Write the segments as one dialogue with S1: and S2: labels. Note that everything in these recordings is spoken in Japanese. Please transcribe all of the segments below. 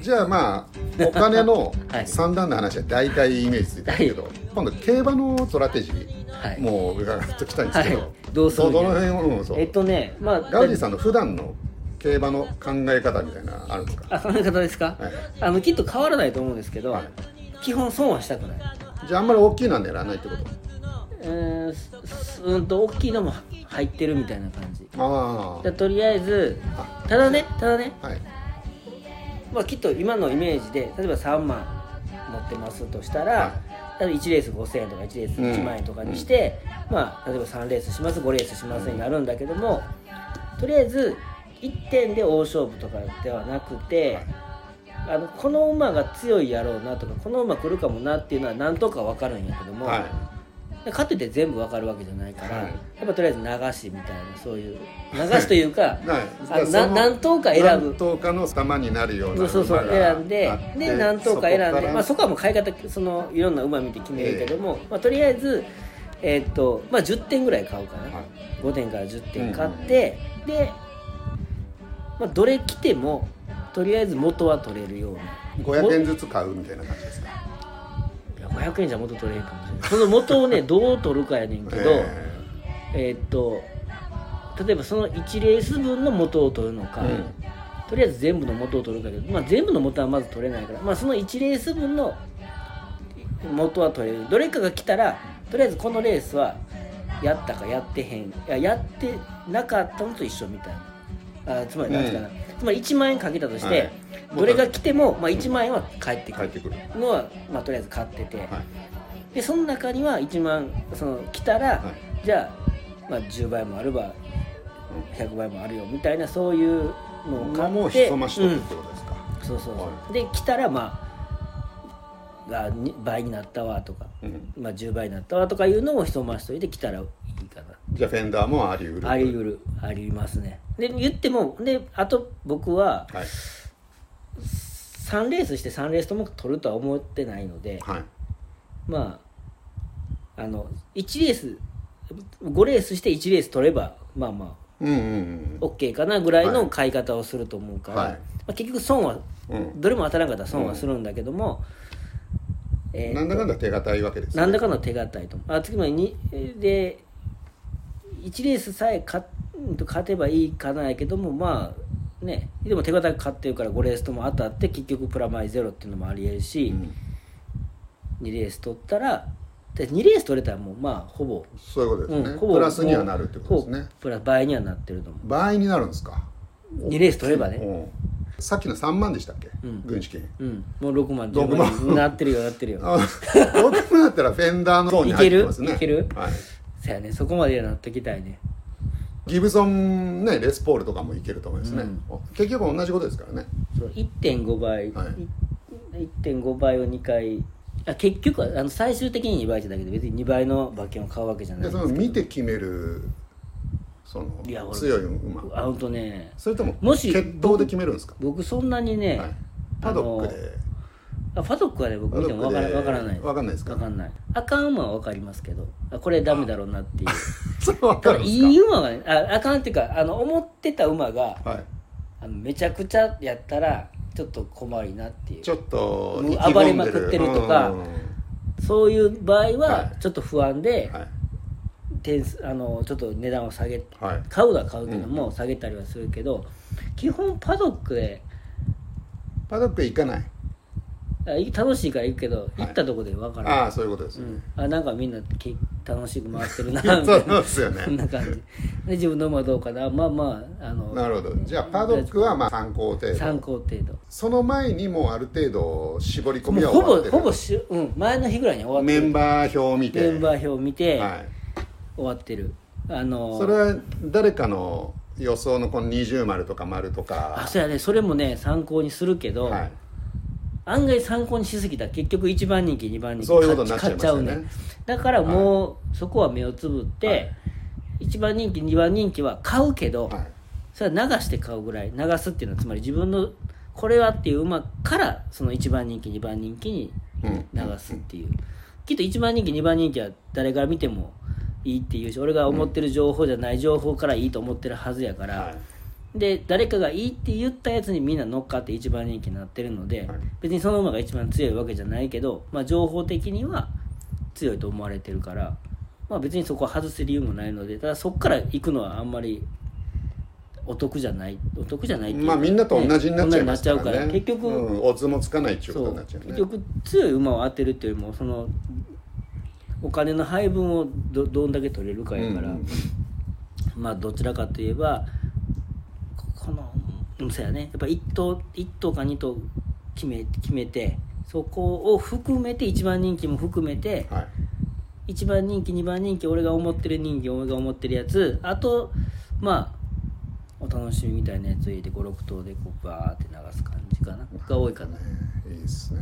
S1: じゃあまあお金の
S2: はい
S1: 三段の話は大体イメージついたんだけど、
S2: はい
S1: 今度競馬のストラテジー
S2: はい
S1: もう伺ってきたいんですけど、
S2: はいどうする
S1: どどの辺を、うん、そう
S2: えっとねまあ
S1: ガウディさんの普段の競馬の考え方みたいなのあるんですか、
S2: あ考え方ですか、
S1: はい
S2: あのきっと変わらないと思うんですけど、
S1: はい
S2: 基本損はしたくない
S1: じゃああんまり大きいのは狙わないってこ
S2: うーんすうんと大きいのも入ってるみたいな感じ
S1: とあ
S2: じゃあとりあえず
S1: あ
S2: ただねただね
S1: あはい
S2: まあ、きっと今のイメージで例えば3万持ってますとしたら、
S1: は
S2: 例えば1レース5000円とか1レース1万円とかにして、まあ、例えば3レースします5レースしますになるんだけども、とりあえず1点で大勝負とかではなくて、あのこの馬が強いやろうなとかこの馬来るかもなっていうのは何とか分かるんやけども、
S1: は
S2: でかといって全部分かるわけじゃないから、
S1: はい
S2: やっぱとりあえず流しみたいなそういう流しというか
S1: い、 はい
S2: あな何等か選ぶ
S1: 何頭かの様になるよう
S2: そ
S1: な
S2: うそうそう
S1: 馬が
S2: 選んで
S1: あって
S2: で何頭か選ん
S1: そこか
S2: で
S1: ら
S2: まあ、そこはもう買い方そのいろんな馬見て決めるけども、まあ、とりあえず、えーっとまあ、10点ぐらい買うかな、
S1: はい
S2: 5点から10点買って、で、まあ、どれ来てもとりあえず元は取れるように
S1: 500円ずつ買うみたいな感じですか
S2: いや500円じゃ元取れへんかもしれないその元 をねどう取るかやねんけどえ
S1: え
S2: ーっと例えばその1レース分の元を取るのか、
S1: うん
S2: とりあえず全部の元を取るかけど、まあ、全部の元はまず取れないから、まあ、その1レース分の元は取れるどれかが来たらとりあえずこのレースはやったかやってへんいややってなかったのと一緒みたいなあつまり
S1: うん
S2: 何ですかね、つまり1万円かけたとして、
S1: はい
S2: どれが来ても、まあ、1万円は返ってく
S1: 帰っ
S2: る
S1: てくる
S2: のは、まあ、とりあえず買ってて、
S1: はい
S2: でその中には1万その来たら、
S1: は
S2: じゃあ,、まあ10倍もあれば100倍もあるよみたいなそういうのを買って
S1: もうひそましと
S2: う
S1: くっ
S2: ん
S1: てことですか、
S2: そうそうそう、
S1: は
S2: で来たらまあがに倍になったわとか、
S1: うん
S2: まあ、10倍になったわとかいうのをひそましといて来たらいいかな
S1: じゃあフェンダーもあり得る
S2: あり得るありますねで言ってもであと僕は
S1: はい
S2: 3レースして3レースとも取るとは思ってないので
S1: はい
S2: まああの1レース5レースして1レース取ればまあまあ
S1: うんうんうん
S2: OK かなぐらいの買い方をすると思うから、
S1: はい
S2: まあ、結局損は
S1: うん
S2: どれも当たらなかったら損はするんだけども、えー
S1: なんだかんだ手堅いわけですね
S2: なんだかの手堅いと思うあ次もにで1レースさえ勝勝てばいいかないけどもまあねでも手堅く勝ってるから5レースとも当たって結局プラマイゼロっていうのもありえるし、
S1: うん
S2: 2レース取ったらで2レース取れたらもうまあほぼ
S1: そういうことですね、
S2: うんほぼ
S1: プラスにはなるってことです
S2: ほ
S1: ね
S2: ぼプラ倍にはなってると思
S1: 倍になるんですか
S2: う2レース取ればね
S1: うんさっきの3万でしたっけ、
S2: ん
S1: 軍資金
S2: うんもう6万
S1: 六
S2: 10
S1: 万
S2: 万になってるよなってるよ
S1: あ僕だったらフェンダーの方に入ってますね
S2: いけるいける
S1: はい、
S2: そやねそこまではなっときたいね
S1: ギブソンねレスポールとかもいけると思いますね、
S2: うん
S1: 結局同じことですからね
S2: そう1.5倍、
S1: はい
S2: い1.5倍を2回あ結局はあの最終的に2倍じゃだけで別に2倍の馬券を買うわけじゃない
S1: で
S2: ん
S1: そ
S2: です
S1: の見て決めるそ
S2: いや
S1: の
S2: 俺
S1: 強い馬
S2: あ本当ね
S1: それとも
S2: もし
S1: 決闘で決めるんですか、
S2: 僕そんなにね、
S1: はい、パドック で
S2: あファドックはね僕見ても
S1: パド
S2: わか
S1: ッ
S2: ら
S1: クで
S2: わからない
S1: わかんないですか
S2: わかんないあかん馬はわかりますけどあこれダメだろう なっていう
S1: それ分か
S2: ただ
S1: るん
S2: い
S1: ですか
S2: い馬がねああかんっていうかあの思ってた馬が
S1: はい、
S2: あのめちゃくちゃやったらちょっと困りなっていう
S1: ちょっと
S2: もう
S1: 意気込んで
S2: 暴れまくってるとか
S1: うん
S2: そういう場合
S1: は
S2: はいちょっと不安で、
S1: はい
S2: 点数あのちょっと値段を下げて
S1: はい
S2: 買うのは買うけども下げたりはするけど、基本パドックで
S1: パドック行かない
S2: あい楽しいから行くけど、
S1: い
S2: 行ったとこで分からない
S1: ああそういうことです
S2: う
S1: よね、
S2: ん、あなんかみんなけ楽しく回ってるなみた い
S1: そうなん
S2: な
S1: ですよね
S2: そんな感じで自分の馬どうかなまあまああの
S1: なるほどじゃあパドックはまあ参考程
S2: 参
S1: 度
S2: 考程度
S1: その前にもうある程度絞り込み
S2: もう
S1: は
S2: ほ
S1: 終わっ
S2: ぼ
S1: てる
S2: ほぼし、うん、前の日ぐらいに終わって
S1: メ
S2: る
S1: ンバー表を見て
S2: メンバー表を見て、
S1: はい、
S2: 終わってるあの
S1: それは誰かの予想のこの二重丸とか丸と
S2: あ
S1: か
S2: そうやねそれもね参考にするけど、
S1: はい
S2: 案外参考にしすぎたら結局1番人気2番人気
S1: そういうことになっちゃいま
S2: 買っ
S1: す
S2: ち
S1: よ
S2: ゃ
S1: ね
S2: うねだからもうそこは目をつぶって、
S1: はい
S2: 1番人気2番人気は買うけど、
S1: はい
S2: それは流して買うぐらい流すっていうのはつまり自分のこれはっていう馬からその1番人気2番人気に
S1: うん
S2: 流すっていう、きっと1番人気2番人気は誰から見てもいいっていうし俺が思ってる情報じゃない情報からいいと思ってるはずやから、
S1: はい
S2: で誰かがいいって言ったやつにみんな乗っかって一番人気になってるので、
S1: はい
S2: 別にその馬が一番強いわけじゃないけど、まあ、情報的には強いと思われてるから、まあ、別にそこは外す理由もないのでただそこから行くのはあんまりお得じゃないお得じゃないっていう
S1: まあみんなと同じになっちゃいますか
S2: ね同じになっちゃうからら
S1: ね
S2: 結局、
S1: うん、オズもつかないっていうこ
S2: そ
S1: とに
S2: う
S1: なっちゃうね
S2: 結局強い馬を当てるっていうよりもそのお金の配分をどどんだけ取れるかやから、
S1: うんうん
S2: まあどちらかといえばここのうんそうやねやっぱ1頭一頭か2頭決め決めてそこを含めて1番人気も含めて
S1: はい
S2: 1番人気2番人気俺が思ってる人気俺が思ってるやつあとまあお楽しみみたいなやつを入れて56頭でこうバーって流す感じかなが多いかな
S1: ねいいですね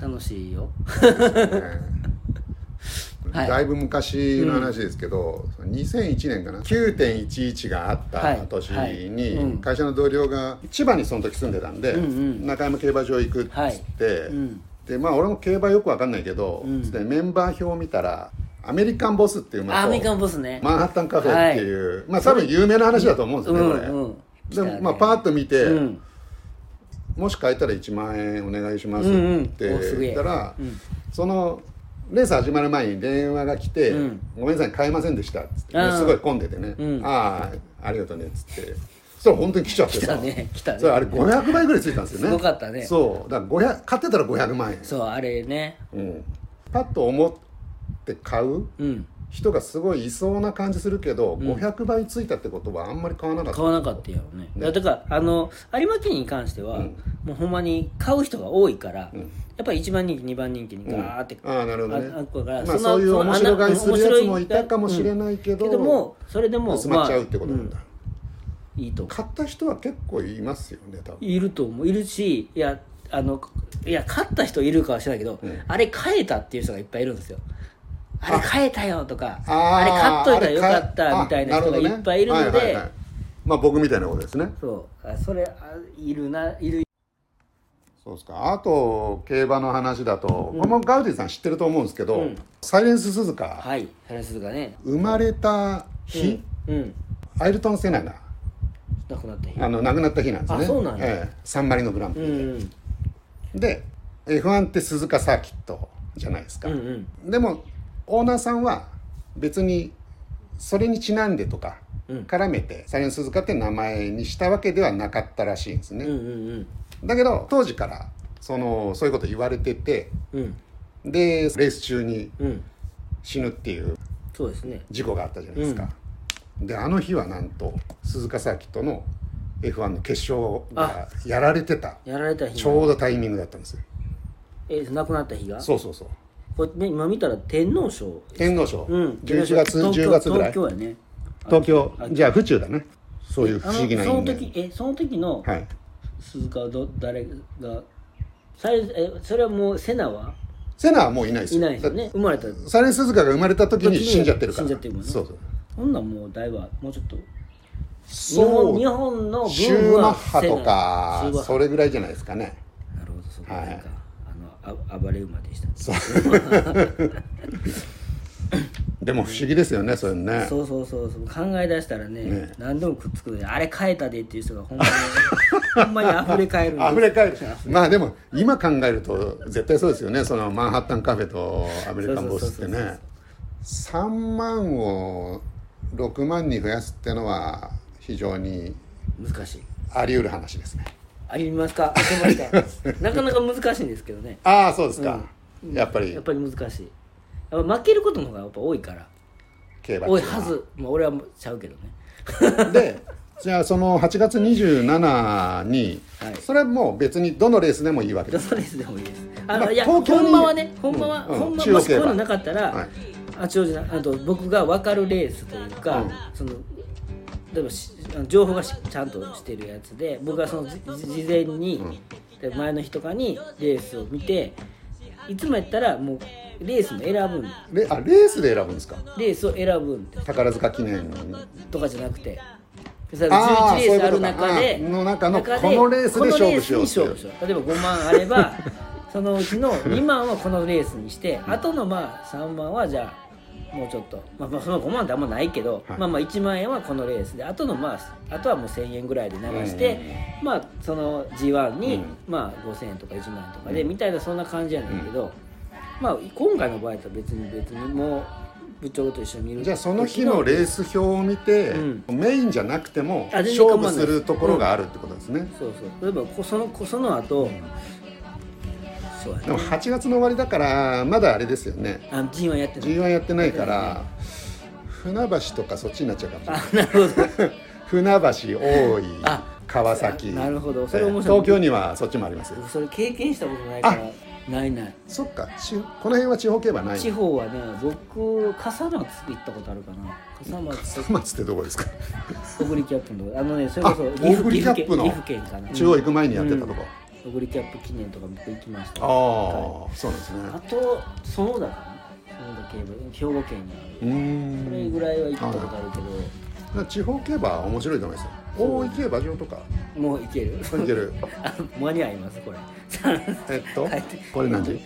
S2: 楽しいよ はい
S1: だいぶ昔の話ですけど、その2001年かな9.11があった年に、
S2: はいはいうん
S1: 会社の同僚が千葉にその時住んでたんで、
S2: うんうん
S1: 中山競馬場行くっつって、
S2: はいうん
S1: でまあ俺も競馬よくわかんないけど、
S2: うん
S1: つってメンバー表を見たらアメリカンボスっていう馬と
S2: アメリカンボスね
S1: マンハッタンカフェっていう、まあ多分有名な話だと思うんです
S2: う
S1: よね、
S2: ん
S1: これ。
S2: うん
S1: でもまあパーッと見て、
S2: うん
S1: もし買えたら1万円お願いしますっ
S2: うんうん
S1: て
S2: おすげえ
S1: 言ったら、
S2: うん
S1: そのレース始まる前に電話が来て「
S2: うん
S1: ごめんなさい買えませんでした」っつって、
S2: あー
S1: すごい混んでてね「
S2: うん
S1: ああありがとうね」っつってそしたら本当に来ちゃって
S2: 来
S1: さ
S2: たね来た
S1: それあ
S2: ね
S1: れ500倍ぐらいついたんですよね
S2: すごかったね
S1: そうだから500買ってたら500万円、
S2: そうあれね
S1: うん、パッと思って買う
S2: うん
S1: 人がすごいいそうな感じするけど、500倍ついたってことはあんまり買わなかった
S2: 買わなかったよねだからあの有馬記念に関しては、
S1: うん
S2: もうほんまに買う人が多いから、
S1: うん
S2: やっぱり1番人気2番人気にガーって、
S1: うんああなるほどね
S2: ああっこから
S1: まあ
S2: その
S1: そういう
S2: その
S1: 面白がいするやつも
S2: 面白
S1: いたかもしれないけど
S2: うんけどもそれでも
S1: 盗まっちゃうってことなんだ、
S2: まあうんいいと思う
S1: 買った人は結構いますよね多分
S2: いると思ういるしいやあのいや勝った人いるかは知らないけど、
S1: うん
S2: あれ変えたっていう人がいっぱいいるんですよあれ変えたよとかあ
S1: あ
S2: れ
S1: ー
S2: 買っといたらよかっ
S1: あれ
S2: たみたいな人がいっぱいいるの
S1: あなほ
S2: で
S1: どねはいはいはいまあ僕みたいなことですね
S2: そうあそれあいるないる
S1: そうですかあと競馬の話だと、これもガウディさん知ってると思うんですけど、
S2: うん
S1: サイレンス鈴鹿、
S2: はいサラスがね
S1: 生まれた日、
S2: うん
S1: アイルトン・セナが
S2: 亡くなった日
S1: あの亡くなった日なんですね
S2: あそうなんだ
S1: ええサンマリノグランプ
S2: う
S1: リ、
S2: んうん
S1: で F1 って鈴鹿サーキットじゃないですか、
S2: うんうん
S1: でもオーナーさんは別にそれにちなんでとか
S2: うん
S1: 絡めて、サイレンスズカって名前にしたわけではなかったらしいんです
S2: う
S1: ね、
S2: んうん
S1: だけど当時からそのそういうこと言われてて
S2: うんうん
S1: でレース中に
S2: うん
S1: 死ぬっていう
S2: そうですね
S1: 事故があったじゃないですか、であの日はなんと鈴鹿サーキットの F1 の決勝がやられてた
S2: やられた日
S1: ちょうどタイミングだったんですよ
S2: え亡くなった日が
S1: そうそうそう
S2: これ、ね、今見たら天皇賞
S1: 天皇賞、
S2: うん
S1: 11月
S2: 東京
S1: 10月ぐらい
S2: 東京やね
S1: 東京じゃあ府中だねそういう不思議な
S2: あ
S1: 意
S2: のその
S1: 味で
S2: 時えその時の
S1: はい
S2: 鈴鹿はど誰がサイえそれはもうセナは
S1: セナはもういないです
S2: い
S1: よ
S2: ないですよね生まれた
S1: だサレンスズカが生まれた時に死んじゃってるから
S2: 死んじゃってるもんね
S1: そうそう
S2: そんなんもうだいぶもうちょっと日
S1: そう
S2: 本日本のブ
S1: シ
S2: ー
S1: ュ
S2: ム
S1: ーマッ
S2: は
S1: ハと
S2: セナ
S1: か
S2: シューマッハ
S1: それぐらいじゃないですかね
S2: なるほどそうか、
S1: はい
S2: なんかあのあ暴れ馬でしたそ
S1: でも不思議ですよねそういうのね
S2: うそうそうそう考え出したらね
S1: ね
S2: 何でもくっつくのにあれ変えたでっていう人がほ んまにほんまに溢れ返るんです
S1: あふれ返るまあでも今考えると絶対そうですよねそのマンハッタンカフェとアメリカンボスって
S2: そうそうそうそう
S1: ね3万を6万に増やすってのは非常に
S2: 難しい
S1: あり得る話ですね
S2: ありますかあります かなかなか難しいんですけどね
S1: ああそうですか、やっぱり
S2: やっぱり難しいやっぱ負けることの方がやっぱ多いから
S1: 競馬って
S2: 多
S1: う
S2: い
S1: の
S2: はずまあ俺はもうちゃうけどね
S1: でじゃあその8月27に、
S2: はい
S1: それはもう別にどのレースでもいいわけ
S2: ド
S1: です
S2: ストレスでもいいですあ
S1: ま
S2: の
S1: あ
S2: いや
S1: 東京に
S2: 本場はね本場は、
S1: うんうん
S2: 本場
S1: 中
S2: も
S1: 央
S2: し
S1: 競
S2: こうい
S1: 馬
S2: うのなかったら、
S1: はい
S2: あ中央じゃないあと僕が分かるレースというか、
S1: うん
S2: その例えばしあの情報がしちゃんとしてるやつで僕はそのじ事前に、で前の日とかにレースを見ていつもやったらもうレースも選ぶん
S1: レあレースで選ぶんですか
S2: レースを選ぶんです
S1: 宝塚記念
S2: とかじゃなくて11
S1: あー
S2: レースある中
S1: そういうことかあ
S2: で
S1: ーの中の
S2: で
S1: このレースで勝負しようっていう
S2: このレースに勝負しよう例えば5万あ ればそのうちの2万はこのレースにしてあとのまあ3万はじゃあもうちょっと、まあ、まあその5万ってあんまないけど、
S1: はい
S2: まあまあ1万円はこのレースであとのまああとはもう1000円ぐらいで流して、まあその G1 に、
S1: うん
S2: まあ5000円とか1万円とかで、
S1: うん
S2: みたいなそんな感じやねんけど、まあ今回の場合とは別に別にもう部長と一緒に見る
S1: じゃあその日のレース表を見て、
S2: う
S1: メインじゃなくても
S2: あ全然
S1: 勝
S2: 構わな
S1: 負す
S2: い
S1: るところがあるってことですね、
S2: そうそう例えばこそのこその後、そうやね
S1: でも8月の終わりだからまだあれですよね
S2: あ G1 やってない
S1: G1 やってないから船橋とかそっちになっちゃうかもしれない
S2: あなるほど
S1: 船橋大井
S2: あ
S1: 川崎
S2: ななるほどそれ
S1: え
S2: 面
S1: ー
S2: 白い
S1: 東京にはそっちもありますよ
S2: 僕それ経験したことないからないない
S1: そっかちこの辺は地方競馬ない
S2: 地方はね僕笠松行ったことあるかな笠松
S1: 笠松ってどこですか
S2: 小栗キャップのとこあのねそれこそ
S1: あ
S2: 岐阜
S1: 小栗キャップの
S2: 岐阜県岐阜県かな
S1: 中央行く前にやってたとこ、
S2: 小栗キャップ記念とか僕行きました
S1: ああそうなんですね
S2: あと園田かな園田警部兵庫県にあ
S1: う
S2: る
S1: ー
S2: それぐ
S1: ん
S2: らいは行ったことあるけ
S1: だから地方競馬は面白いと思いますよ
S2: そう
S1: 大井競馬場とか
S2: どもう行ける
S1: 行ける
S2: あ 間に合いますこれ
S1: えっと
S2: はい
S1: これ何時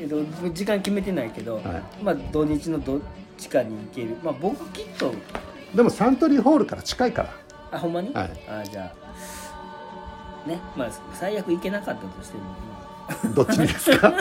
S2: えっと時間決めてないけど、
S1: は
S2: まあ土日のどっちかに行けるまあ僕きっと
S1: でもサントリーホールから近いから
S2: あほんまに、
S1: はい
S2: あじゃあねまあ最悪行けな かったとしても
S1: どっちにですか